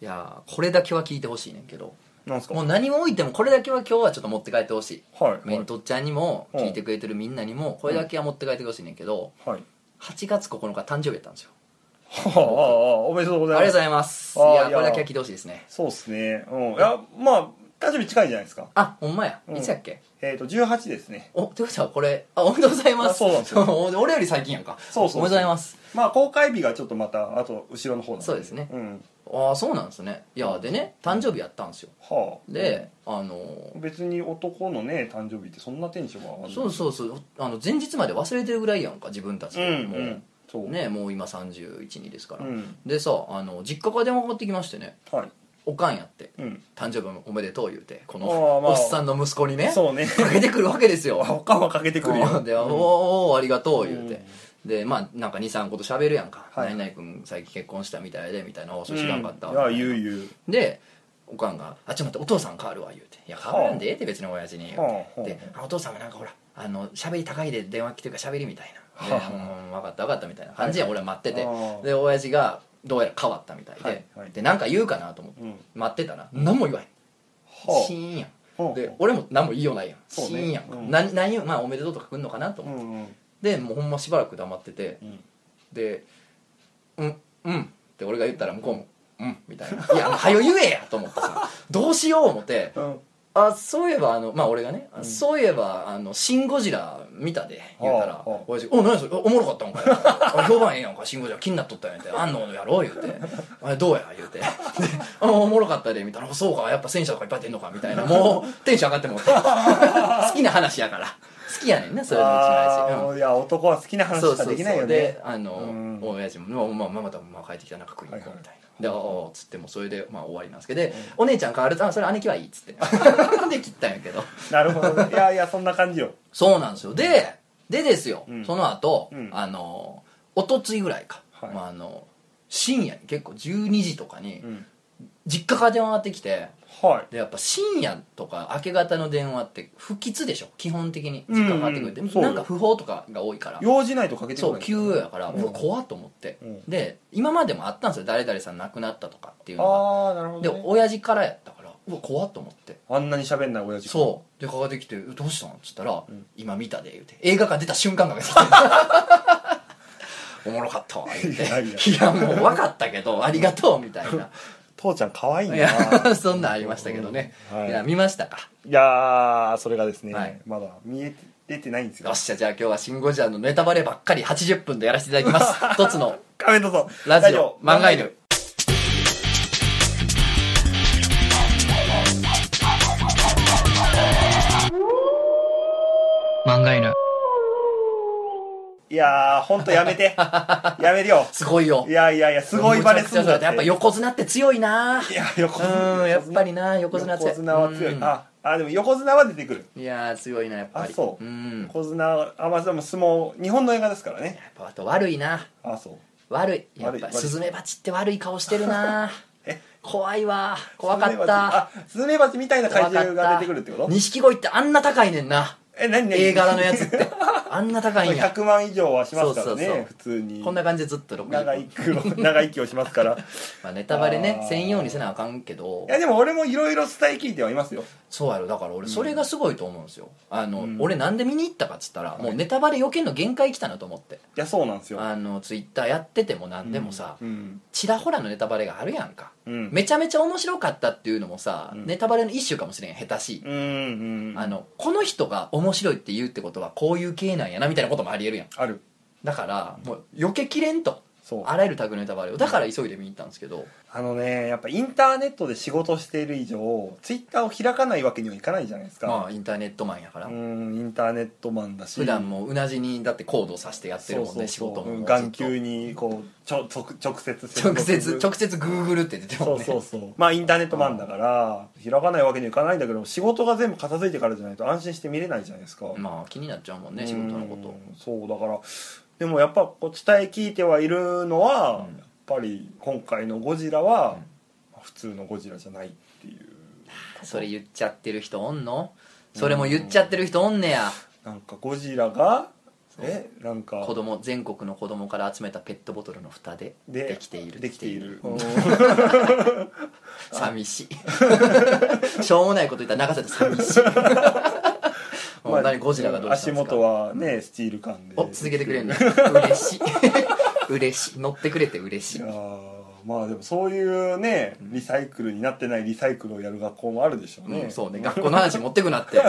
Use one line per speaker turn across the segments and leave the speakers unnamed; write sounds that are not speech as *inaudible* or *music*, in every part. いやーこれだけは聞いてほしいねんけど
なんですか
もう
はい
何も置いてもこれだけは今日はちょっと持って帰ってほしい
は
メン
い
トちゃんにも聞いてくれてるみんなにもこれだけは持って帰ってほしいねんけど
はい
8月9日誕生日やったんですよ
はあはあおめでとうご
あり
ざ
が
い
とう
ま
ご
す
ざいますい
あー
や
い
こ
や
れだけは聞いてほしいですね
そうですねうんいやまあ誕生日近いじゃないですか
あほんまや
うん
いつやっけ
えっ、と18ですね
おということはこれあおめでとうございます
あそうな
*laughs*
んですよ
俺より最近やんか
そうそうそ
おめでと
う
うございます
まあ公開日がちょっとまたあと後ろの方なん
そうですね
うん
ああそうなんですねいやでね誕生日やったんですよ
はあ
であのー
別に男のね誕生日ってそんなテンションは上がんない
そうそうそうあの前日まで忘れてるぐらいやんか自分たち
うん
で
う
も
んそう
うねもう今312ですか
う
ら
ん
でさあの実家から電話かかってきましてね
はい
おかんやって
うん
誕生日おめでとう言うてこの
あーまあ
おっさんの息子にね
そうね *laughs*
かけてくるわけですよ
おかんはかけてくる
*laughs*
よ
で「おー
うん
おーありがとう」言うて、でまあなんか23個と喋るやんか「
はい
何々君最近結婚したみたいで」みたいな「おそれ知らんかった
う
わ
んい」や言う言う
でおかんが「あちょっと待ってお父さん変わるわ」言うて「いや変わらんでええって別に親父に」言うて
はあはあ
であお父さんがなんかほらあの喋り高いで電話来てるから喋りみたいな「で
はあ
うん分かった分かった」みたいな感じや俺は待ってて、
あー
で親父がどうやら変わったみたいで、
はいはい
でなんか言うかなと思って
うん
待ってたら何も言わへん、
は
シーンやん
あはあ
で俺も何も言いようないやん、シ
そうね
ーンやん、
うん
何何をまあおめでとうとか来んのかなと思って
う。んうん
でもうほんましばらく黙ってて
うん
で「うんうん」って俺が言ったら向こうも「うん」みたいな「いやはよ言えや!」と思ってさどうしよう思って
うん
あそういえばあのまあ俺がね、あそういえばあの「シン・ゴジラ」見たで言ったら
はあはあ
親父「お何それおおもろかったんかよ」あ評判ええやんか「シン・ゴジラ」気になっとったんやん」って「あんのやろ?」言うて「あれどうや?」言うて「であおもろかったで」みたいな「そうかやっぱ戦車とかいっぱい出んのか」みたいなもうテンション上がってもうて好きな話やから好きやねんなそれのうちの
あ
話、うん
ーいや男は好きな話
そうそ
しか
うそう
できないよね
であの、
うん
親父もまあまあまた、まあ、帰ってきたらなんか食いに行こうみたいな、で「おお」っつってもうそれで、まあ、終わりなんですけどで、お姉ちゃん変わると「あそれ姉貴はいい」っつって
*laughs*
で切ったんやけど
なるほ
*laughs*
どねいやいやそんな感じよ
そうなんですよででですよ、
うん
その後、
うん
あのおとついぐらいか、
はい
まあ、あの深夜に結構12時とかに、
うん
実家から電話がかかってきて
はい
でやっぱ深夜とか明け方の電話って不吉でしょ基本的に実家かかってくるって、
うんうんそうよ
なんか不法とかが多いから
用事ないとかけてこ
そ
な
う
い
急やから、うわ怖っと思って、
うん
で今までもあったんですよ誰々さん亡くなったとかっていうの
ああなるほ
がで
ど、ね、
親父からやったからうわ怖っと思って
あんなに喋んない親父
そうでかかってきて「えどうしたん?」っつったら、
ん
今見たで」言うて映画館出た瞬間が
*laughs*
出てきておもろかったわ」言うて「
いやいや
いやもう分かったけ
*laughs*
どありがとう」みたいな
父ちゃん可愛いない
や *laughs* そんなんありましたけどね、
はい
い、や見ましたか
いやーそれがですね、
はい
まだ見えててないんです
よ
よ
っしゃじゃあ今日は「シン・ゴジラ」のネタバレばっかり80分でやらせていただきます
*laughs*
一つの
仮面どうぞ
ラジオ漫画犬漫画犬
いやー本当や
*laughs*
めてやめるよ
すごいよ
いやいやいやすごいバレするんだって
やっぱ横綱って強いない
や横綱
うんやっぱりな横綱強い
横綱は強い
うん
ああでも横綱は出てくる
いやー強いなやっぱり
あそう
うんや
横綱はあまあでも相撲日本の映画ですからね
っぱあと悪いな
あそう
悪いやっ
悪い
ぱ
悪い
スズメバチって悪い顔してるな
え
怖いわ怖か
スズ
っ
メバチ
た
あスズメバチみたいな怪
怖か
獣
っ
が
た
出てくるってこと
錦鯉ってあんな高いねんな
え何何
A 柄の
*laughs*
やつってあんな高いんや
100万以上はしますからね
そうそうそう
普通に
こんな感じでずっと6
長生きを *laughs* 長生きをしま
*laughs*
すからい
まあ、ネタバレね
あー
専用にせなあかんけど
やでも俺もいろいろ伝え聞いてはいますよ
そうやろだから俺それがすごいと思うんですよ、あの
うん
俺なんで見に行ったかっつったら、もうネタバレ余計の限界来たなと思って
いやそうなんですよ
あのツイッターやっててもなんでもさ、
うん
ちらほらのネタバレがあるやんか、
うん
めちゃめちゃ面白かったっていうのもさ、
うん
ネタバレの一種かもしれん下手しい、
うんうん
あのこの人が面白いって言うってことはこういう系なんやなみたいなこともありえるやん
ある
だからもう避けきれんと
そう
あらゆるタグのネタバレをだから急いで見に行ったんですけど、
あのねやっぱインターネットで仕事している以上ツイッターを開かないわけにはいかないじゃないですか、
まあインターネットマンやから、
うんインターネットマンだし
普段もうなじにだって行動させてやってるもんね
そうそう
仕事
そう
も
うん
も
眼球にこうちょ直直接接
直
続
接直接グーグルって出てる
そ
もん
う
ね
そうそうまあインターネットマンだから開かないわけにはいかないんだけど仕事が全部片付いてからじゃないと安心して見れないじゃないですか、
まあ気になっちゃうもんね仕事のこ
う
と
んそうだからでもやっぱこう伝え聞いてはいるのは、
うん
やっぱり今回のゴジラは
うん、
普通のゴジラじゃないっていう
それ言っちゃってる人おんのそれも言っちゃってる人おんねや
なんかゴジラがえなんか
子供全国の子供から集めたペットボトルの蓋で
で
できている
できている *laughs*
うん
うん
寂しい *laughs* しょうもないこと言ったら長瀬で寂し
*laughs*
いも *laughs* う何ゴジラがどうしたんで
足
すか
元はねスチール缶で
お続けてくれんね嬉しい嬉しい乗ってくれて嬉し
い
い
やーまあでもそういうねリサイクルになってないリサイクルをやる学校もあるでしょうね、
うん、そうね学校の話持ってくな
*laughs*
って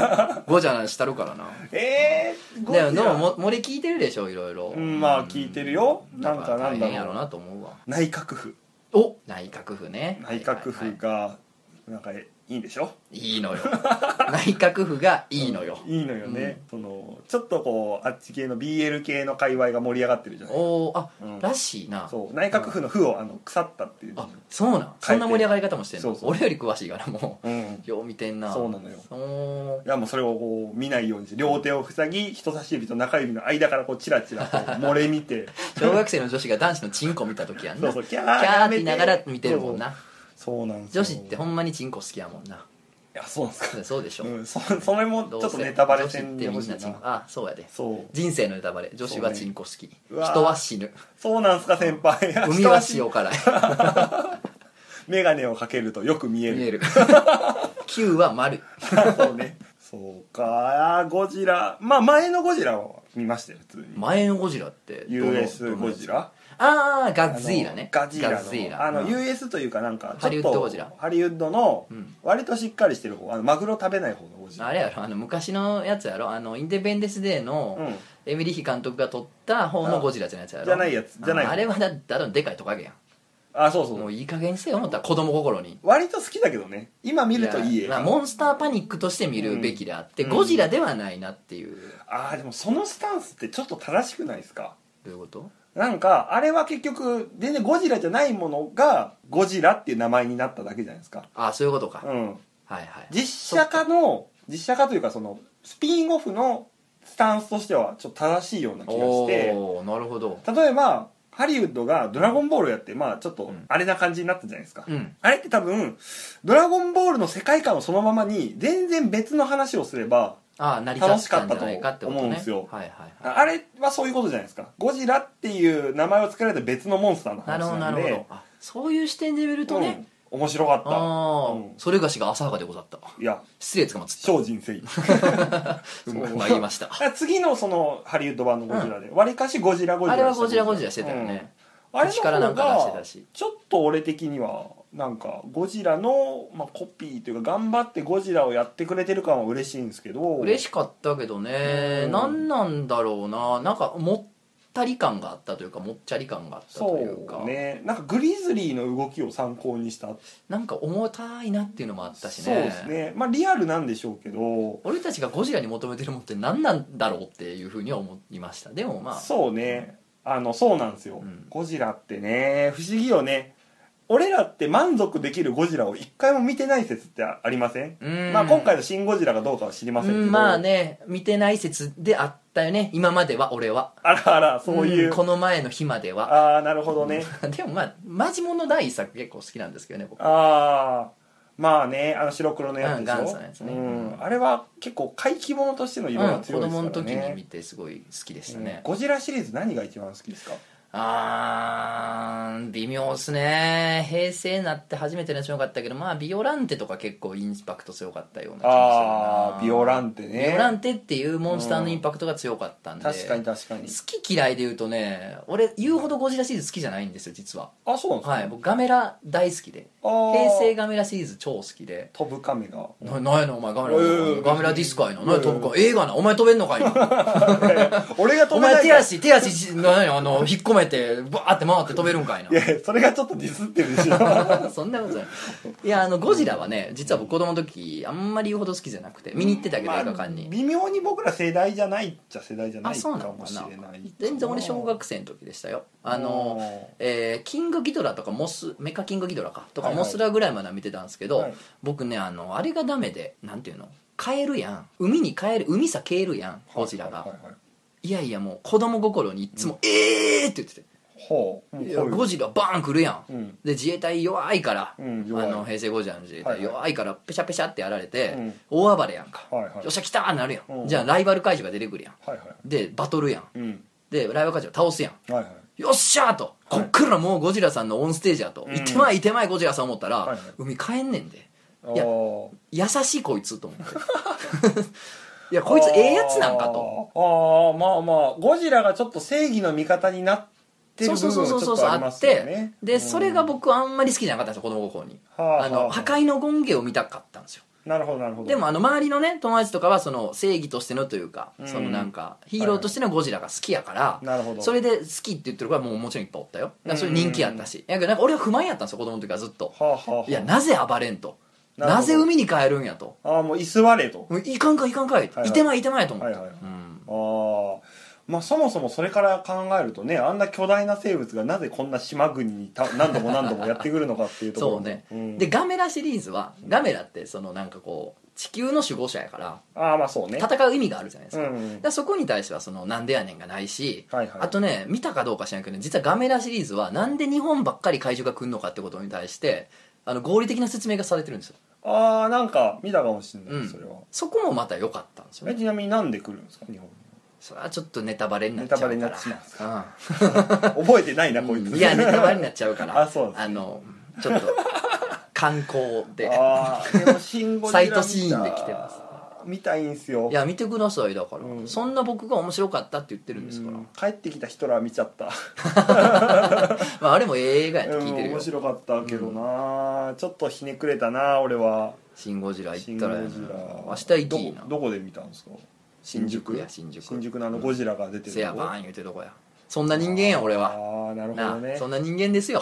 ゴジラの話したるからな
えー、ゴジ
でも
ラ
でもも森聞いてるでしょいろいろ、
うんまあ聞いてるよ
だ
なん
か
からなん
大
だ
変や
ろ
ろ
う
うなと思うわ
内閣府
お内閣府ね
内閣府がなんかいいんでしょ
いいのよ *laughs* 内閣府がいいのよ、
いいのよね、そのちょっとこうあっち系の BL 系の界隈が盛り上がってるじゃない
おおあ、
うん
らしいな
そう内閣府の府をあの腐ったっていう
あそうなんそんな盛り上がり方もしてんの
そうそう
俺より詳しいからも
うん
うよう見てんな
そうなのよ
おー
いやもうそれをこう見ないようにして両手を塞ぎ人差し指と中指の間からこうチラチラこう漏れ見
*laughs*
て
小学生の女子が男子のチンコ見た時やん
そ
な
うそうキャ
キャー
や
っ
め
て言いながら見てるもんな
そうそうなんですよ
女子ってほんまにチンコ好きやもんない
やそうなんですか
そうでしょ、
うんそ *laughs* それもち
ど
ょ
う
っ
せ
とネタバレせ
女子
ん
っ
で
て
ほ
み
し
ん
いな
なチンコあそうやで
そう
人生のネタバレ女子はチンコ好き、
うわー
人は死
*laughs*
ぬ
そうなんすか先輩
*laughs*
*laughs*
海は塩辛い
眼鏡をかけるとよく見える
見える *laughs* 9は丸
*laughs* そうねそうかあーゴジラまあ前のゴジラは見ましたよ普通に
前のゴジラってどの
US ゴジラ
ああ
あ
ガ
の
ッズイラね
ガジラ
ッズイ
のあの US というかなんかちょっと
ハリウッドゴジラ
ハリウッドの
うん
割としっかりしてる方あのマグロ食べない方のゴジラ
あれやろあの昔のやつやろあのインデペンデンス・デー
う
の
ん
エミリヒ監督が撮った方のゴジラじゃないやつやろ
じゃないやつじゃない
ああれはだってあのでかいトカゲやん
あそうそ
もう
う
いい加減にせよ思ったら子供心に
割と好きだけどね今見るといい
や
映
まあ
画
モンスターパニックとして見るべきであって、
うん
ゴジラではないなっていうど
あーでもそのスタンスってちょっと正しくないですか
ういうこと
なんかあれは結局全然ゴジラじゃないものがゴジラっていう名前になっただけじゃないですか
ああそういうことか、
う
は
ん
いはい
実写化の実写化というかそのスピンオフのスタンスとしてはちょっと正しいような気がして
おおなるほど
例えばハリウッドが「ドラゴンボール」やってまあちょっと
うん
あれな感じになったじゃないですか、
うん
あれって多分「ドラゴンボール」の世界観をそのままに全然別の話をすれば
ああ成り立ったんじゃないかってことね
楽しかったと思うんですよ
はいはいはい
ああれはそういうことじゃないですかゴジラっていう名前を付けられた別のモンスターの
な
話
るほどな
なん
るほど
で
あそういう視点で見るとね、
うん面白かっ
ああ、
うん
それがしが浅はかでござった
たいや
失礼つかまつった
精進
*laughs*
せい
うん参りました
だから次のそのハリウッド版のゴジラでわり、かしゴジラゴジラ
あれはゴジラゴジラしてたよね、
あれの
口からなん
方
か出して
が
たし
ちょっと俺的にはなんかゴジラの、まあ、コピーというか頑張ってゴジラをやってくれてる感は嬉しいんですけど
嬉
し
しかったけどね
うん
何なんだろうななんかもったり感があったというかもっちゃり感があったと
そ
いうか
うねなんかグリズリーの動きを参考にした
なんか重たいなっていうのもあったしね
そうですねまあリアルなんでしょうけど、
俺たちがゴジラに求めてるもんって何なんだろうっていうふうには思いましたでもまあ
そうねあのそうなんですよ、
うん
ゴジラってね不思議よね俺らって満足できるゴジラを一回も見てない説ってありません
うん
まあ、今回の「シン・ゴジラ」がどうかは知りませんけど、
うんまあね見てない説であったよね今までは俺は
あらあらそういう、
んこの前の日までは
ああなるほどね、
でもまあマジモンの第一作結構好きなんですけどね僕
ああまあねあの白黒のやつでしょ、
うん元祖のやつね
うんあれは結構怪奇物としての色が
うん子
強いですからね、
供の時に見てすごい好きでした
うん
ね、
ゴジラシリーズ何が一番好きですか
あー微妙っすね平成になって初めてのやつも良かったけどまあビオランテとか結構インパクト強かったような気が
ああ
するな
ビオランテね
ビオランテっていうモンスターのインパクトが強かったんで
確かに確かに
好き嫌いで言うとね俺言うほどゴジラシリーズ好きじゃないんですよ実は
あそうなんですか、
はい僕ガメラ大好きで
あー
平成ガメラシリーズ超好きで
飛ぶ亀が
ななんやのお前ガメラ、
えー
ガメラディスカイの、なんや
えー
飛ぶか映画なお前飛べんのか
*laughs*
今
俺が飛
お
べ
前
ない
手
から
足手足しなんやあの引っ込めてバーって回って飛べるんかいない
やそれがちょっとディスってるでしょ
そんなことないいやあのゴジラはね実は僕子供の時あんまり言うほど好きじゃなくて *laughs* 見に行ってたけど
まあ
映画館に、
微妙に僕ら世代じゃないっちゃ世代じゃな
あ
い
そう
か
なの
も
か
し
な
れない
全然俺小学生の時でしたよあの
の
えーキングギドラとかモスメカキングギドラかとか
はいはい
モスラぐらいまでは見てたんですけど、
はい
僕ねあのあれがダメでなんていうの買えるやん海に帰る海さ消えるやんゴジラが、いやいやもう子供心にいつも「ええー!」って言ってて「
ほうもう
いや
ほ
ゴジラバーン来るやん、
うん
で自衛隊弱いから、
うん弱い
あの平成ゴジラの自衛隊
はいはい
弱いからペシャペシャってやられて、
うん
大暴れやんか、
はいはい
よっしゃ来たーなるやん、
うん
じゃあライバル怪獣が出てくるやん
はいはい
でバトルやん
うん
でライバル怪獣を倒すやん
はいはい
よっしゃーとこっからもうゴジラさんのオンステージやと、
うん
いてまいいてまいゴジラさん思ったら、
はいはい
海帰んねんで
あー
いや優しいこいつと思って *laughs* いやこいつええやつなんかと
あーあーまあまあゴジラがちょっと正義の味方になってる
そう
部
そう
分
そうそう
はちょっ
そう
とあり
あ
ま
っ
すよ
て、
ね
で、それが僕あんまり好きじゃなかったんですよ子供心に、
はあはあ
あの破壊の権限を見たかったんですよ
なるほどなるほど
でもあの周りのね友達とかはその正義としてのというか、
うん
そのなんかヒーローとしてのゴジラが好きやから、
なるほど
それで好きって言ってる子はもうもちろんいっぱいおったよだからそれ人気やったし、やけどなんか俺は不満やったんですよ子供の時からずっと、
はあはあはい
やなぜ暴れんと
な
な
るほど
ぜ海に帰るんやと
ああもう居座れと
もういかんかいかんかい、い
はい
いてまいいてまいと思っ
はい
て、
はい
うん
ああまあそもそもそれから考えるとねあんな巨大な生物がなぜこんな島国に
*laughs*
た何度も何度もやってくるのかっていうところ
そうね、
ん
でガメラシリーズはガメラってそのなんかこう地球の守護者やから
ああまあそうね
戦う意味があるじゃないです
う
か,、
んうん
だからそこに対してはそのなんでやねんがないし、
はいはい
あとね見たかどうか知らんけどね実はガメラシリーズはなんで日本ばっかり怪獣が来んのかってことに対してあの合理的な説明がされてるんですよ
ああなんか見たかもしれない、
うん
それは
そこもまた良かったんですよ
え
ね
ちなみになんで来るんですか日本に
それはちょっとネタバレになっちゃうから
ネタバレになってしまうんです *laughs*
か、
覚えてないな、こい
うん
つ
いやネタバレになっちゃうから
*laughs* あそうなんですね
あのちょっと観光で
ああでもシンゴジラ
サ
見
イ
た
トシーンで来てます
見たいんすよ
いや見てくださいだから、
うん
そんな僕が面白かったって言ってるんですから、
うん帰ってきたヒトラー見ちゃった
まあ、あれも映画やって聞いて
うん
るよ
面白かったけどな、ちょっとひねくれたな俺は
「シン・ゴジラ」
シ
行
ン
っ
ゴ
た
ジ
ら
ラ
やな明日行きいい
ど
な
こどこで見たんですか
新宿や新宿
新宿のあのゴジラが出てる
せや
とこ
ばーん言うてるとこやそんな人間や俺は
ああなるほ
な
ど
あ、
ね
そんな人間ですよ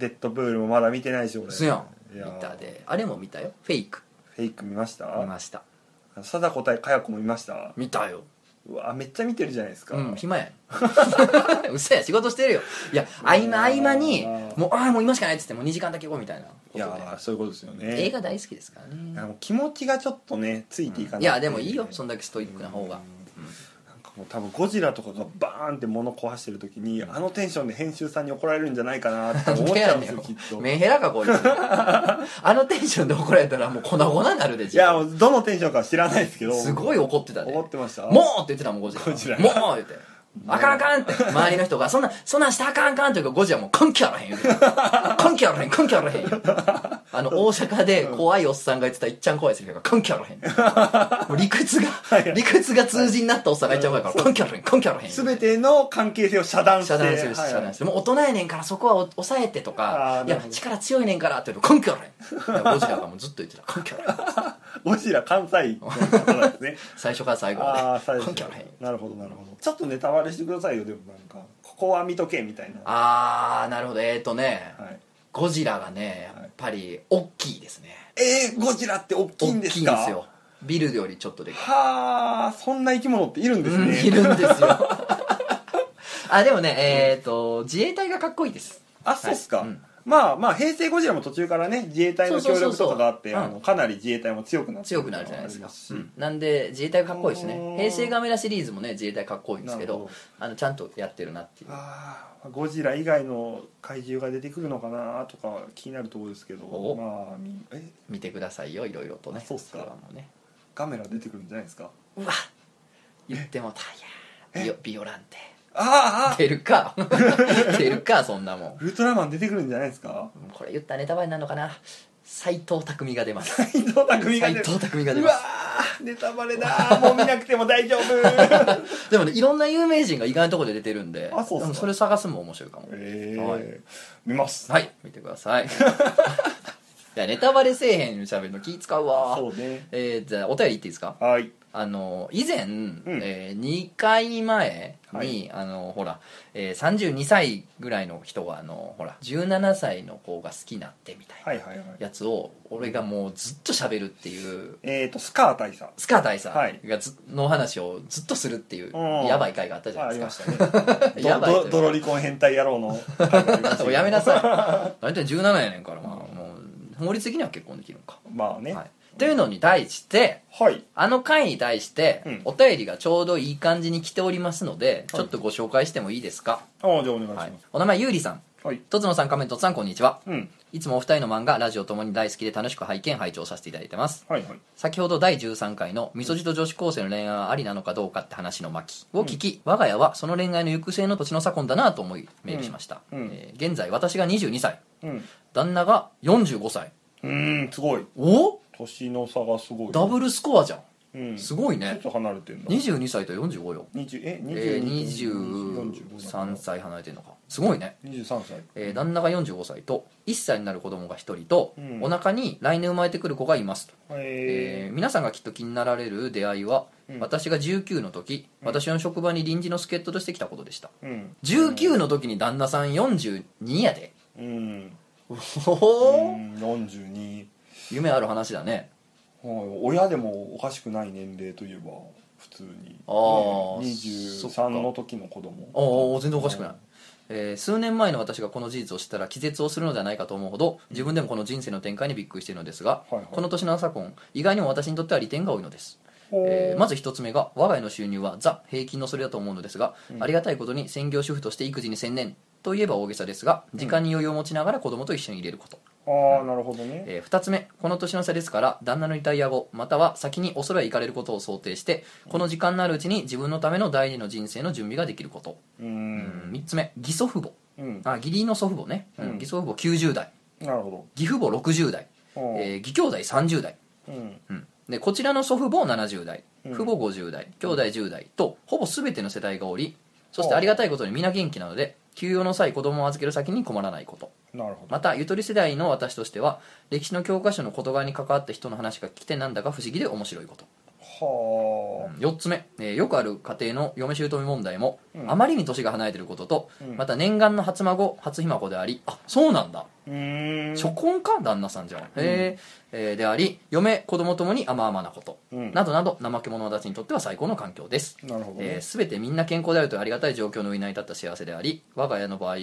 デッドプールもまだ見てないし俺
すやん
い
見
やー
たであれも見たよフェイク
フェイク見ました
見ました
貞子対佳代子も見ました
見たよ
うわめっちゃ見てるじゃないですか、
うん暇や *laughs* 嘘や仕事してるよいや合間合間に
あー
もうああもう今しかないっつってもう2時間だけ行こうみたいなこと
い
で
やーそういうことですよね
映画大好きですから
い
ね
やもう気持ちがちょっとねついていかない、
いやでもいいよそんだけストイックな方が
なんかもう多分ゴジラとかがバーンって物壊してる時にあのテンションで編集さんに怒られるんじゃないかなって思っちゃうんですよきっと
メンヘラかこいつあのテンションで怒られたらもう粉々になるで
い
自分
やもうどのテンションかは知らないですけど
すごい怒ってたで
怒ってました
もうって言ってたもんゴジラ
ゴジラ
もう言ってあかんあか
*laughs*
んって周りの人がそんなそんなんしたらあかんあかんって言うからゴジラもう根拠あらへん言うてた根拠あらへん根拠あらへん
*laughs*
よあの大阪で怖いおっさんが言ってたいっちゃん怖いですけど根拠あらへんもう理
*laughs*
屈
い
が理屈が通じになったおっさんがいっちゃん怖いから根拠あらへん根拠あらへん
全ての関係性を遮断して
遮断するし
はい
遮断してもう大人やねんからそこはお抑えてと
あ
か
ー
い
なる
や
ほど
力強いねんからって言うと根拠あらへんいやゴジラがもうずっと言ってた根拠あらへん
ゴジラ関西の方なんですね
最初から最後
あ
ま
あ最
で
初
*laughs* 根拠あらへん
なるほどなるほどちょっとネタバレしてくださいよでもなんかここは見とけみたいな
あーなるほどえーとね
はい
ゴジラがねやっぱり大きいですね
えー、ゴジラって大きいん
大
で
きい
す
ん
か
ですよビルよりちょっとでか
はあそんな生き物っているん
い、
です
うん
ね、
いるんです
*laughs*
よ *laughs* あでもねえーと自衛隊がかっこいいです
あそうっすか、
はいうん
まあまあ平成ゴジラも途中からね自衛隊の協力とかがあって
そうそうそうそう
あのかなり自衛隊も強くなって
強くなるじゃないですか
ありまし
うんなんで自衛隊がかっこいいです
う
ね
ん
平成ガメラシリーズもね自衛隊かっこいいんですけど
なるほど
あのちゃんとやってるなっていう
ああゴジラ以外の怪獣が出てくるのかなとか気になるところですけど
お
まあみえ
見てくださいよいろいろとね
あそうっすか
れはもうね
ガメラ出てくるんじゃないですか
うわ言ってもたいやビオビオランテ
あーあ
出るか *laughs* 出るかそんなもん
ーウルトラマン出てくるんじゃないですか
これ言ったらネタバレになるのかな斎藤匠が出ます
伊藤匠が
斎
出る
藤匠が出
う
ま
わーネタバレだーもう見なくても大丈
*laughs*
夫
すでもねいろんな有名人が意外なところで出てるんで
あそうっすか
でもそれ探すのも面白いかも
えー
はい
見ます
はい見てくだ
*laughs*
さいいやネタバレせえへんしゃべるの気使うわ
そうね
えーじゃあお便りいっていいですか
はい
あの以前、え2回前に、
はい
あのほら、えー32歳ぐらいの人があのほら17歳の子が好きになってみたいな
はいはいはい
やつを俺がもうずっと喋るっていう
えーとスカー大佐
スカー大佐
はい
がずの話をずっとするっていう
うん
やばい回があったじゃ
あ
ない
り
で
ます
か。
したね
やばいというか
どどロリコン変態野郎の回がありま
*laughs*
したけど *laughs*
やめなさい。大体17やねんから、まあ、もう法律的には結婚できるのか。
まあね、
はい、というのに対して
はい
あの回に対して
うん
お便りがちょうどいい感じに来ておりますので、ちょっとご紹介してもいいですか、
ああじゃあお願いしま
は
す
い、お名前ゆうりさん
はい、
とつのさん仮面とつさんこんにちは
うん
いつもお二人の漫画ラジオともに大好きで楽しく拝見拝聴させていただいてます
はいはい
先ほど第13回の「みそじと女子高生の恋愛はありなのかどうか」って話の巻を聞き、我が家はその恋愛の行く末の土地の差婚だなと思いメールしました、
うんうん
えー現在私が22歳
うん
旦那が45歳
うーんすごい
お
年の差がすごい
ダブルスコアじゃん、
うん
すごい
ちょっ
ね
と離れてんだ
22歳と45よ、
20え
えー、
22 45
23歳離れてるのかすごいね
23歳
えー旦那が45歳と1歳になる子供が1人と、
うん
お腹に来年生まれてくる子がいますとえ
え
ー皆さんがきっと気になられる出会いは、
うん
私が19の時私の職場に臨時の助っ人として来たことでした
ーうん
19の時に旦那さん42や
*laughs*
で
うん
おー
42
夢ある話だね
はい親でもおかしくない年齢といえば普通に
あーそっ
23
か
の時の子供
ああ全然おかしくない、えー数年前の私がこの事実を知ったら気絶をするのではないかと思うほど自分でもこの人生の展開にびっくりしているのですが、
はいはい
この年の朝婚意外にも私にとっては利点が多いのです
ほー
えーまず一つ目が我が家の収入はザ平均のそれだと思うのですが、ありがたいことに専業主婦として育児に専念といえば大げさですが時間に余裕を持ちながら子供と一緒に入れること、
ああなるほどね
えー二つ目この年の差ですから旦那のリタイア後または先にお空へ行かれることを想定してこの時間のあるうちに自分のための第二の人生の準備ができること、
う
うんん、三つ目義祖父母
うん
あ義理の祖父母ね、うん
うん
義祖父母90代
なるほ
義父母60代、
ど
え
うん
ー義兄弟30代
うん
うんでこちらの祖父母70代
うん
父母50代兄弟10代とほぼ全ての世代がおりそし
ほ
て
う
ありがたいことに皆元気なので休養の際子供を預ける先に困らないこと
なるほど
またゆとり世代の私としては歴史の教科書の言葉に関わった人の話が聞きてなんだか不思議で面白いこと
は
4つ目、えーよくある家庭の嫁姑問題も、
うん
あまりに年が離れてることと、
うん
また念願の初孫初ひ孫でありあそうなんだ
あうーん
初婚か旦那さんじゃん、へええーであり嫁子供ともに甘々なこと、
うん
などなど怠け者たちにとっては最高の環境です、
なるほど
え
ね
ー、全てみんな健康であるというありがたい状況の上に成り立った幸せであり我が家の場合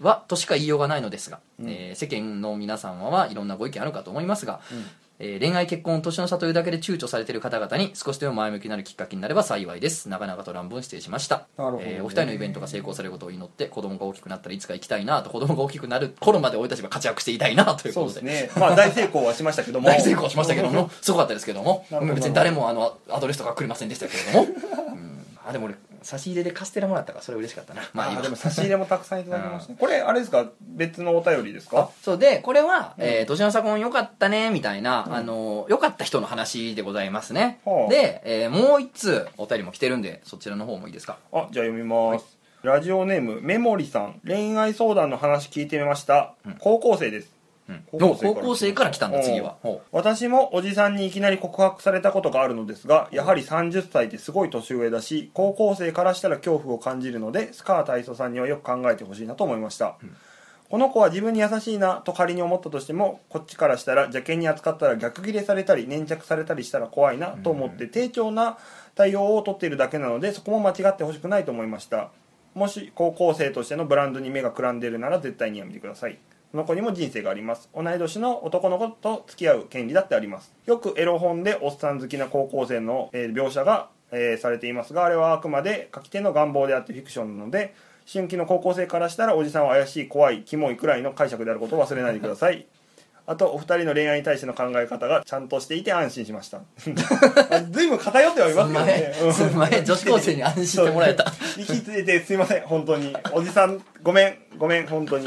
はとしか言いようがないのですが、
うん
えー世間の皆さんはいろんなご意見あるかと思いますが、
うん
えー恋愛結婚年の差というだけで躊躇されている方々に少しでも前向きになるきっかけになれば幸いです長々と乱文失礼しました、
なるほどね
えーお二人のイベントが成功されることを祈って子供が大きくなったらいつか行きたいなと子供が大きくなる頃まで俺たちが活躍していたいなというこ
そう
と
で
です
ねまあ大成功はしましたけども
大成功しましたけど
*laughs*
もすごかったですけども
なるほど
別に誰もあのアドレスとかくれませんでしたけれども、うんあでも俺差し入れでカステラもらったからそれ嬉しかったなまあ
あ
いい
ー
わ
でも差し入れもたくさんいただきましたねこれあれですか別のお便りです
あ
か
そうでこれは「えー年の差婚良かったね」みたいな、あの良かった人の話でございますね、
はあ
で、えーもう一通お便りも来てるんでそちらの方もいいですか
あじゃあ読みます、ラジオネームメモリさん恋愛相談の話聞いてみました、
うん
高校生です
うん
高
お高
校生から
校生から来たんだ次はほ
私もおじさんにいきなり告白されたことがあるのですがやはり30歳ってすごい年上だし高校生からしたら恐怖を感じるのでスカー体操さんにはよく考えてほしいなと思いました、この子は自分に優しいなと仮に思ったとしてもこっちからしたら邪険に扱ったら逆ギレされたり粘着されたりしたら怖いなと思って低調な対応をとっているだけなのでそこも間違ってほしくないと思いましたもし高校生としてのブランドに目がくらんでるなら絶対にやめてくださいこの子にも人生があります同い年の男の子と付き合う権利だってありますよくエロ本でおっさん好きな高校生の、えー描写が、えーされていますがあれはあくまで書き手の願望であってフィクションなので春季の高校生からしたらおじさんは怪しい怖いキモいくらいの解釈であることを忘れないでくださいあとお二人の恋愛に対しての考え方がちゃんとしていて安心しま *laughs* したあ随分偏ってはいう
うすんま
ますけどねう
へん
ん
すんまへん女子高生に安心してもらえた
生きててすいません本当におじさんごめんごめん本当に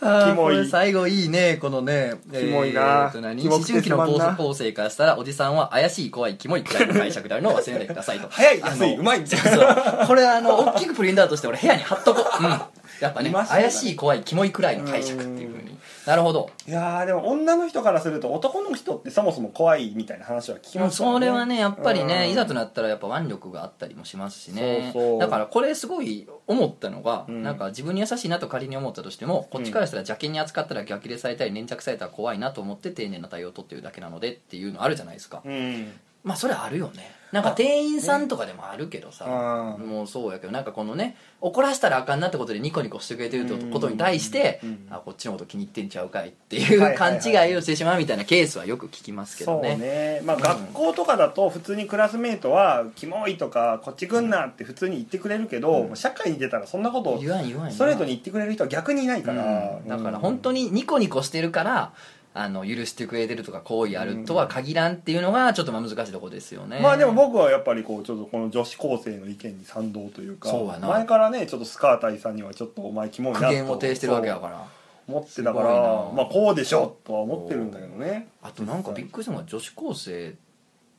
あー
キモい
これ最後いいねこのね
キモいな
えーと何
キモ
思
くて
春期
す
の
まんな
高校生からしたらおじさんは怪しい怖いキモいくらいの解釈であるのを忘れないでくださいと
*laughs* 早い安
あ
い
の
うまいみたいな
そうこれあの大きくプリントアウトして俺部屋に貼っとこう、うん、やっぱね
いましたね
怪しい怖いキモいくらいの解釈っていうふうになるほど、
いやーでも女の人からすると男の人ってそもそも怖いみたいな話は聞き
うん
ますから
それはねやっぱり
う
ね
ん
いざとなったらやっぱ腕力があったりもしますしね
そうそう
だからこれすごい思ったのが、
うん
なんか自分に優しいなと仮に思ったとしてもこっちからしたら邪険に扱ったら逆切れされたり粘着されたら怖いなと思って丁寧な対応を取ってるだけなのでっていうのあるじゃないですか、
うん
まあそれあるよねなんか店員さんとかでもあるけどさ
あー
もうそうやけどなんかこのね怒らせたらあかんなってことでニコニコしてくれてるってことに対して
うん
あこっちのこと気に入ってんちゃうかいってい
はいは
う
いはい
勘違いをしてしまうみたいなケースはよく聞きますけ
そ
ど
う
ね
ね、まあ、
うん
学校とかだと普通にクラスメートは「キモい」とか「こっち来んな」って普通に言ってくれるけど、
うん
社会に出たらそんなことを
言わん言わん言わん
ストレートに言ってくれる人は逆にいないから、
うんだから本当にニコニコしてるからあの許してくれてるとか好意あるとは限らんっていうのがちょっとまあ難しいとこですよね
まあでも僕はやっぱりこうちょっとこの女子高生の意見に賛同というか
そうやな
前からねちょっとスカータイさんにはちょっとお前キモいな
苦言を呈してるわけだ
そう
から
思ってたか
すごい
ら
な
まあこうでしょとは思ってるんだけどね
あとなんかびっくりしたのが女子高生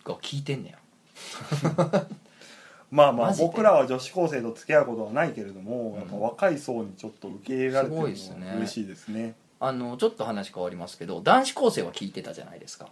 が聞いてんねや
まあまあ
マジで
僕らは女子高生と付き合うことはないけれども、
うん
やっぱ若い層にちょっと受け入れられてるのは
すごいですね
嬉しいですね
あのちょっと話変わりますけど男子高生は聞いてたじゃないですか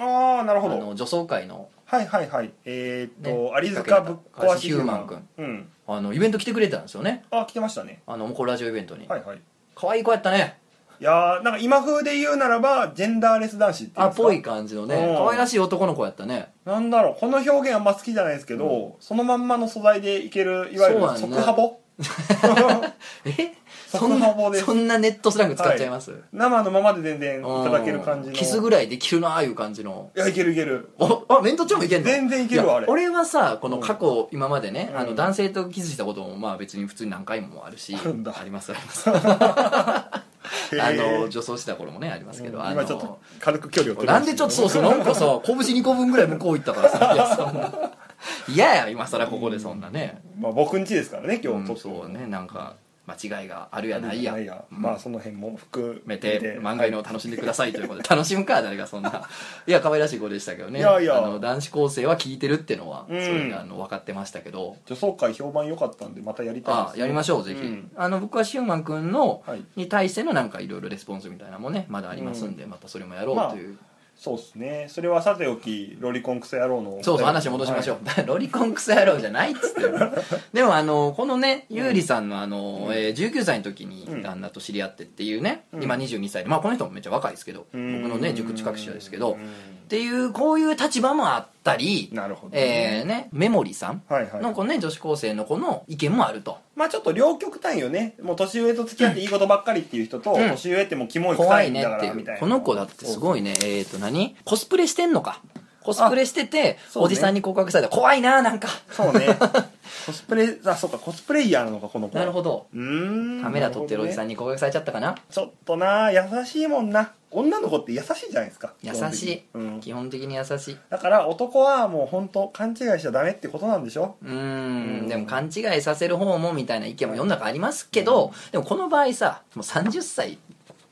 ああなる
あ
ほど
の女装会の
はいはいはいえー、っと、
ね
有塚ぶっ壊し
ヒューマン君
うん
あのイベント来てくれたんですよね
あ来てましたね
あのモコラジオイベントに、
はいはい
可愛い子やったね
いやーなんか今風で言うならばジェンダーレス男子っていうん
あ
ですか
ぽい感じのね
うん
可愛らしい男の子やったね
なんだろうこの表現あんま好きじゃないですけど、そのまんまの素材でいけるいわゆる
そうなんだ
即ハ *laughs* ボ
えそ
即
ん
ハ
な
ボです
そんなネットスラング使っちゃいます、
生のままで全然いただける感じ
う
の
んキスぐらいできるなああいう感じの
いやいけるいける
おあメントちゃんもいけんの
全然いけるわ
や
あれ
俺はさこの過去、今までね、
うん
あの男性とキスしたこともまあ別に普通に何回もあるし
あるんだ
ありますあります
へー
あの女装した頃もねありますけど、
うん
あの
今ちょっと軽く距離を取りま
な
した
んで
けど
ちょっとそうそうなんかさ拳2個分ぐらい向こう行ったからさいやそんな嫌や今更ここでそんなね、
まあ僕ん家ですからね今
うん
日撮ってるの
そうねなんか間違いがあるやない
い
や
やいや、まあその辺も含
め
め
て
て
漫画の楽しんでくださいということで楽しむか誰がそん
*laughs*
ないや可愛らしい子でしたけどね
いやいや
あの男子高生は聞いてるってのは、
うん
それがあの分かってましたけど
女装会評判良かったんでまたやりたい
あやりましょうぜひ、
うん
あの僕はシューマン君の、
はい
に対してのなんかいろいろレスポンスみたいなのもねまだありますんで、またそれもやろうという、
そうですねそれはさておきロリコンクソ野郎の
そうそう話戻しましょう、 *laughs* ロリコンクソ野郎じゃないっつって
*laughs*
るでもあのこのねゆうりさんのあの、えー19歳の時に
うん
旦那と知り合ってっていうね、
うん
今22歳でまあこの人もめっちゃ若いですけど僕
うん
のね塾近く者ですけど、
う
っ
ん
ていうこういう立場もあったり、
なるほど
えーね、メモリさん
はいはい
のこのね女子高生の子の意見もあると
まあちょっと両極端よねもう年上と付き合っていいことばっかりっていう人と、
うん
年上ってもうキモい
怖
臭
い
いん
ね
だか
ってい
らみたいうな
この子だってす
い
ごいねえっ、ー、と何コスプレしてんのかコスプレしてて、
そうね
おじさんに告白された怖いななんか
そうそうね *laughs* コスプレあそうかコスプレイヤーなのかこの子
なるほ
ど
ど
うーん
カメラ撮ってるおじさん
に、
に告白されちゃったかな
ちょっとな優しいもんな女の子って優しいじゃないですか
優
基本的
し
に
い、
うん、
基本的に優しいう
だから男はもう本当勘違いしちゃダメってことなんでしょ
ーん
うん
でも勘違いさせる方もみたいな意見も世の中ありますけど、でもこの場合さもう30歳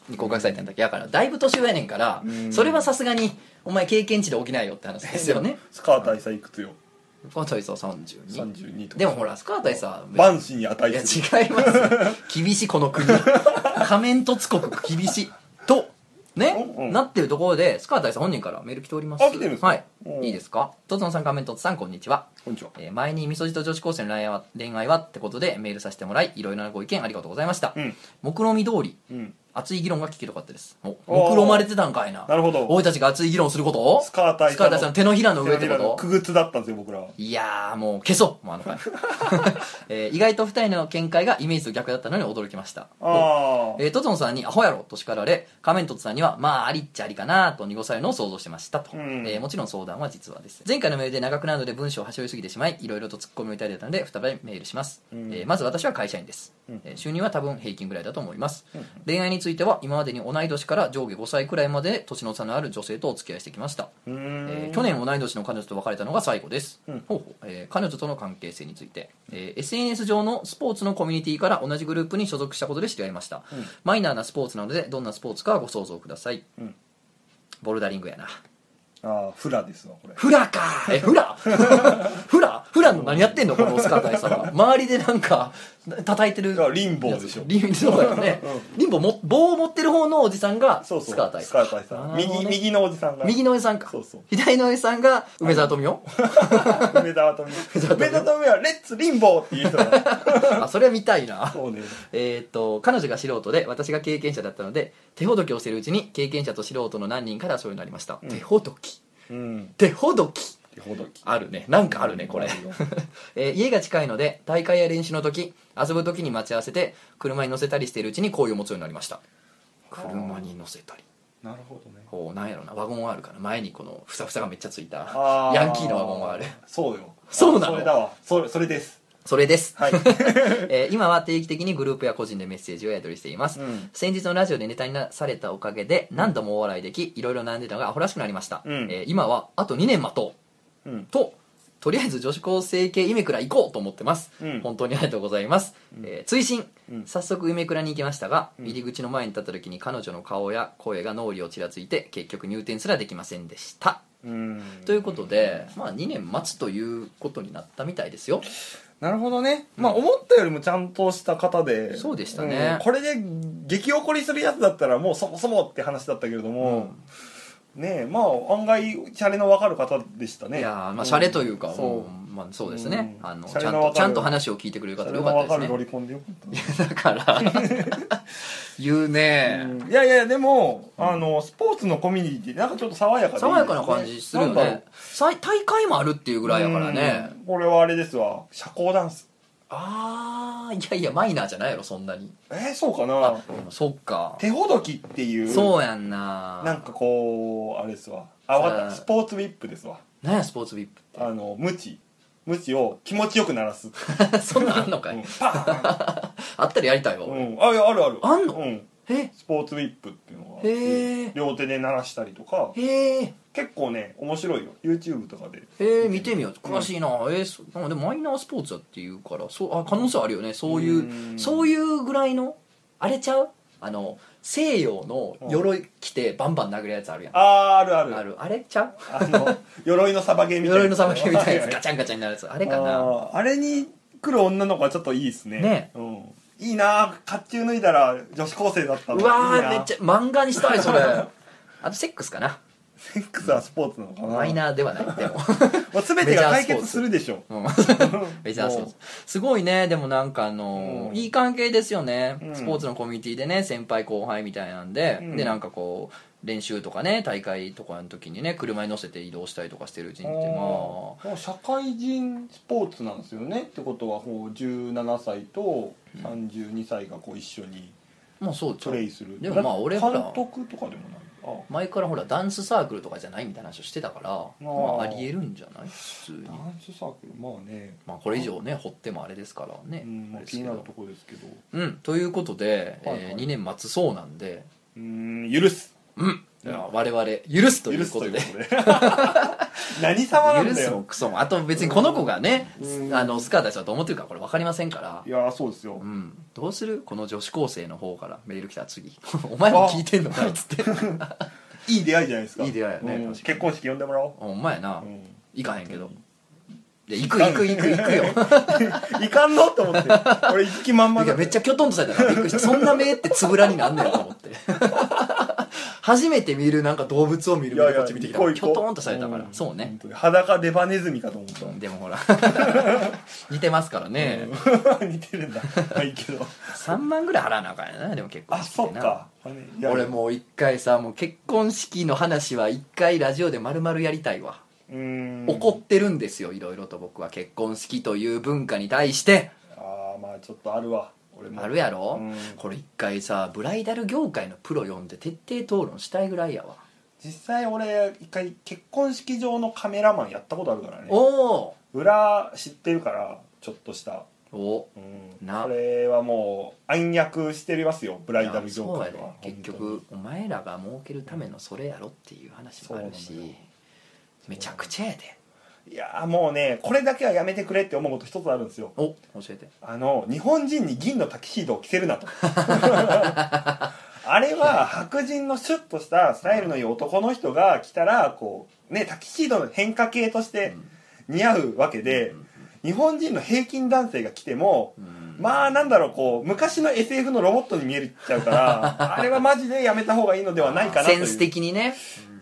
に告白されたんだっけやからだいぶ年上やねんから、
うん
それはさすがにお前経験値で起きないよって話です
*laughs*
よね
スカー大佐いくつよ
スカートイさん32
32とか
でもほらスカートイさん
万死に
い
値
や
する
違います
*laughs*
よ厳しいこの国仮面凸国厳しいとね、
うんうん
なってるところでスカー大さん本人からメール来ております
あ来てるんですか
はい
うん
いいですかとつのさん仮面凸さんこんにちは
こんにちは
えー前にみそじと女子高生の恋愛は恋愛はってことでメールさせてもらいいろいろなご意見ありがとうございました、
うん
目論見通り
うん
熱い議論が聞けるかったですお
おー
目論まれてたんかいな
なるほど
俺たちが熱い議論することを
スカー大佐
スカー大さんの手のひらの上ってこ
手のひらの
と
くぐつだったんですよ僕らはい
やーもう消そうもうあの回、 *laughs* えー意外と二人の見解がイメージと逆だったのに驚きました
ああ
えー、トトンさんに「アホやろ」と叱られ仮面凸さんには「まあありっちゃありかな」と濁されるのを想像してましたと、
うん
えーもちろん相談は実はです前回のメールで長くなるので文章を端折りすぎてしまいいろいろとツッコミをいただいたので再びメールします、
ん
えーまず私は会社員です、
うん
えー収入は多分平均ぐらいだと思います、恋愛については今までに同い年から上下5歳くらいまで年の差のある女性とお付き合いしてきました
うーん
えー去年同い年の彼女と別れたのが最後です、
うん
ほうほうえー彼女との関係性について、えー SNS 上のスポーツのコミュニティから同じグループに所属したことで知り合いました、
うん
マイナーなスポーツなのでどんなスポーツかご想像ください、
うん
ボルダリングやな
ああフラですわこれ
フラかえフラ *laughs* フラフラの何やってんのこのスカー大佐
*laughs*
は周りでなんか叩いてる
いやリンボーでしょ
リンそうだよね、リンボーも棒を持ってる方のおじさんがス
そうそう
カー大佐
スカー大
なる
佐
ほどね
右右のおじさんが
右のおじさんか
そうそう
左のおじさんが梅沢富美男、
*laughs* 梅沢富美男梅沢富美男はレッツリンボーっていう人だ
あ *laughs* それは見たいな
そうね
えーっと彼女が素人で私が経験者だったので手ほどきをしているうちに経験者と素人の何人かで遊ぶようになりました、手ほどき
うん
手ほどき
ってほどき
あるねなんかあるねこれ、 *laughs* えー家が近いので大会や練習の時遊ぶ時に待ち合わせて車に乗せたりしているうちに好意を持つようになりました車に乗せたり
なるほどね
こうなんやろなワゴン R かな前にこのふさふさがめっちゃついた
あー
ヤンキーのワゴン R
そうよ
そうなの
それだわそれそれです
それ *laughs* です、
はい
えー今は定期的にグループや個人でメッセージをやり取りしています、
うん
先日のラジオでネタになされたおかげで何度もお笑いできいろいろ悩んでたのがアホらしくなりました、
うん
えー今はあと2年待とう、
うん
ととりあえず女子高生系イメクラ行こうと思ってます、
うん
本当にありがとうございます、えー追伸、
うん
早速イメクラに行きましたが、入り口の前に立った時に彼女の顔や声が脳裏をちらついて結局入店すらできませんでした
うん
ということで、まあ、2年待つということになったみたいですよ
なるほどね、まあ思ったよりもちゃんとした方で
そうでしたね
んこれで激怒りするやつだったらもうそもそもって話だったけれども、ねえまあ案外シャレの分かる方でしたね
いやーまあシャレというか、
うん
うんまあ、そうですね、
うん
あの
シ
ち
ャレ
ゃん
のわか
と
る
ちゃんと話を聞いてくれる
そう
方
シ
で
ャレ
よ
の
かっ
分か
た
る
です
ロ
ね
リコンでよかっ
だから言う
た、
ね、
うんいやいやでも、あのスポーツのコミュニティなんかちょっと爽やかでいいですね
爽やかな感じするよ
なんだろ
ね
う
さい大会もあるっていうぐらいやからね、
うんこれはあれですわ社交ダンス
ああいやいやマイナーじゃないやろそんなに
えー、そうか
あ
な
そっか
手ほどきっていう
そうやんな
なんかこうあれですわあわかっ
さあ
たスポーツウィップですわ
なんやスポーツビップ
あの無知無知を気持ちよく鳴らす、
って *laughs* そんなんあんのか
う
い、
ん、パ
あったらやりたいわ、
ーン、うん、あいやあるある
あんの
うん、
え
スポーツウィップっていうのがあっ
へ
て
ー
両手で鳴らしたりとか
へえ
結構ね面白いよ YouTube とかで
えー、見てみよう詳しいな、えーそなんかでもマイナースポーツだっていうからそうあ可能性あるよねそういう
うん
そういうぐらいのあれちゃうあの西洋の鎧着てバンバン殴るやつあるやん、
あーあるある
あるあれちゃう
あの *laughs* 鎧のサバゲーみたいな
鎧のさばきみたいなやつ
は
ガチャンガチャンになるやつあれ
い
かな
あーあれに来る女の子はちょっといいですね
ね
うんいいなー甲冑脱いだら女子高生だった
うわ
いい
ー
な
めっちゃ漫画にしたい
*laughs*
それあとセックスかな
セックスはスポーツなのかな
マイナーではない
*laughs*
でも *laughs*
まあ、全てが解決するでしょ
メジャースポー
も
ツすごいねでもなんかあの、
うん
いい関係ですよね、
うん
スポーツのコミュニティでね先輩後輩みたいなんで、
うん
でなんかこう練習とかね大会とかの時にね車に乗せて移動したりとかしてるうちにって
も
ま
う社会人スポーツなんですよねってことはこう17歳と32歳がこう一緒に
あまあそうち
プ
ょ
レイする
でもまあ俺ら
監督とかでもないあ
前からほらダンスサークルとかじゃないみたいな話をしてたからまあ、ありえるんじゃない普通に
ダンスサークルまあね、
まあこれ以上ね掘ってもあれですからね、
うん
あ
まあ、
れですけ
気に
ど
なるとこですけど
うんということで、
はいはい
え2年待つそうなんで
うーん許す
うん、
うん
いや我々許すとい
許
う
す
ことと
いうこ
で
とで *laughs* 何様なん
許
だ
すも
よ
クソもあと別にこの子がね、
うん
あのスカーたちだと思ってるからこれ分かりませんから
い、やーそうですよ
うん、どうするこの女子高生の方からメール来たら次 *laughs* 「お前も聞いてんのかい」っつ
*laughs*
って
いい出会いじゃないですか
いい出会いやね
う
確か
ん
に
結婚式呼んでもらおう
「お前な、
うん
行かへんけど」いや行く行く行く行くよ
いかんの
*laughs*
と思って俺行く気満々
い
だ
や
った
めっちゃきょとんとされたからびっくりしたそんな目ってつぶらになんねんと思って *laughs* 初めて見るなんか動物を見る目でこっち見てきたからきょとんとされたから、
ん
そうね、
本当に裸デバネズミかと思っ
でもほら *laughs* 似てますからね、
た似てるんだまあいいけど
3万ぐらい払わなあかんやなでも結婚
あ
式
そ
て
っ
な
かいや
俺もう一回さもう結婚式の話は一回ラジオで丸々やりたいわ、
うーん
怒ってるんですよいろいろと僕は結婚式という文化に対して
ああまあちょっとあるわ俺も
あるやろ、
うん
これ一回さブライダル業界のプロ呼んで徹底討論したいぐらいやわ、
実際俺一回結婚式場のカメラマンやったことあるからね
お
裏知ってるからちょっとした
おお
うん
な
これはもう暗躍してますよブライダル業
そうや
界
で
は
結局お前らが儲けるためのそれやろっていう話もある
そうなのよ
しめちゃくちゃやで
いやーもうねこれだけはやめてくれって思うこと一つあるんですよ
お教えて
あの日本人に銀のタキシードを着せ
*laughs*
るなとあれは白人のシュッとしたスタイルのいい男の人が着たらこう、ね、タキシードの変化系として似合うわけで、日本人の平均男性が着ても、
ん
まあなんだろうこう昔の SF のロボットに見えちゃうから
*laughs*
あれはマジでやめた方がいいのではないかなと
セ
い
ンス
う
的にね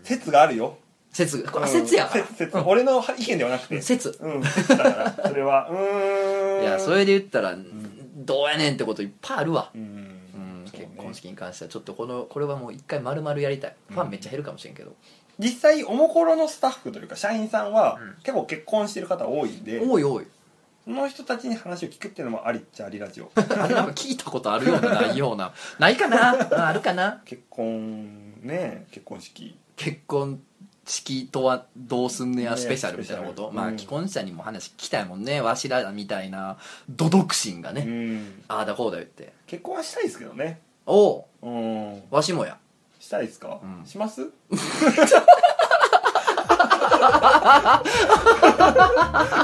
説があるよ
説こ
うん
れ説やから
説説俺の意見ではなくて
説
うん説だからそれはうーん
いやそれで言ったらどうやねんってこといっぱいあるわ
うん
うん
そうそうね
結婚式に関してはちょっとこのこれはもう一回丸々やりたいファンめっちゃ減るかもしれんけど、
実際おもころのスタッフというか社員さんは
うん
結構結婚してる方多いんで、
おいおい
その人たちに話を聞くっていうのもありっちゃありラ
*laughs*
ジオ
あれなんか聞いたことあるようなないよう
*laughs*
なないかなああるかな
結婚ね結婚式
結婚式とはどうすんねやスペシャルみたいなこ
ね
と、
スペシャル
まあ
うん
既婚者にも話聞きたいもんねわしらみたいな土毒心がね、
うん
ああだこうだ言って
結婚はしたいですけどね
おお
うん
わしもや
したいですか、
うん
しますい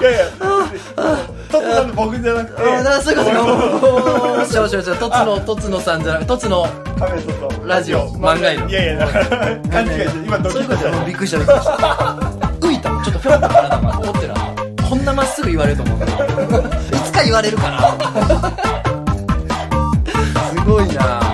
やいやトップの僕じゃなくて
ああそういうことかおーしょしょしょとつのとつのさんじゃなくとつの
カメとと
ラジオ漫画色
いやいや勘違いして今ドキ
そうい
ッ
う
と
こと
した
やびっくりしたびっくりした浮いたもんちょっとひょっと体が凍ってなこんなまっすぐ言われると思うないつか言われるかなすごいな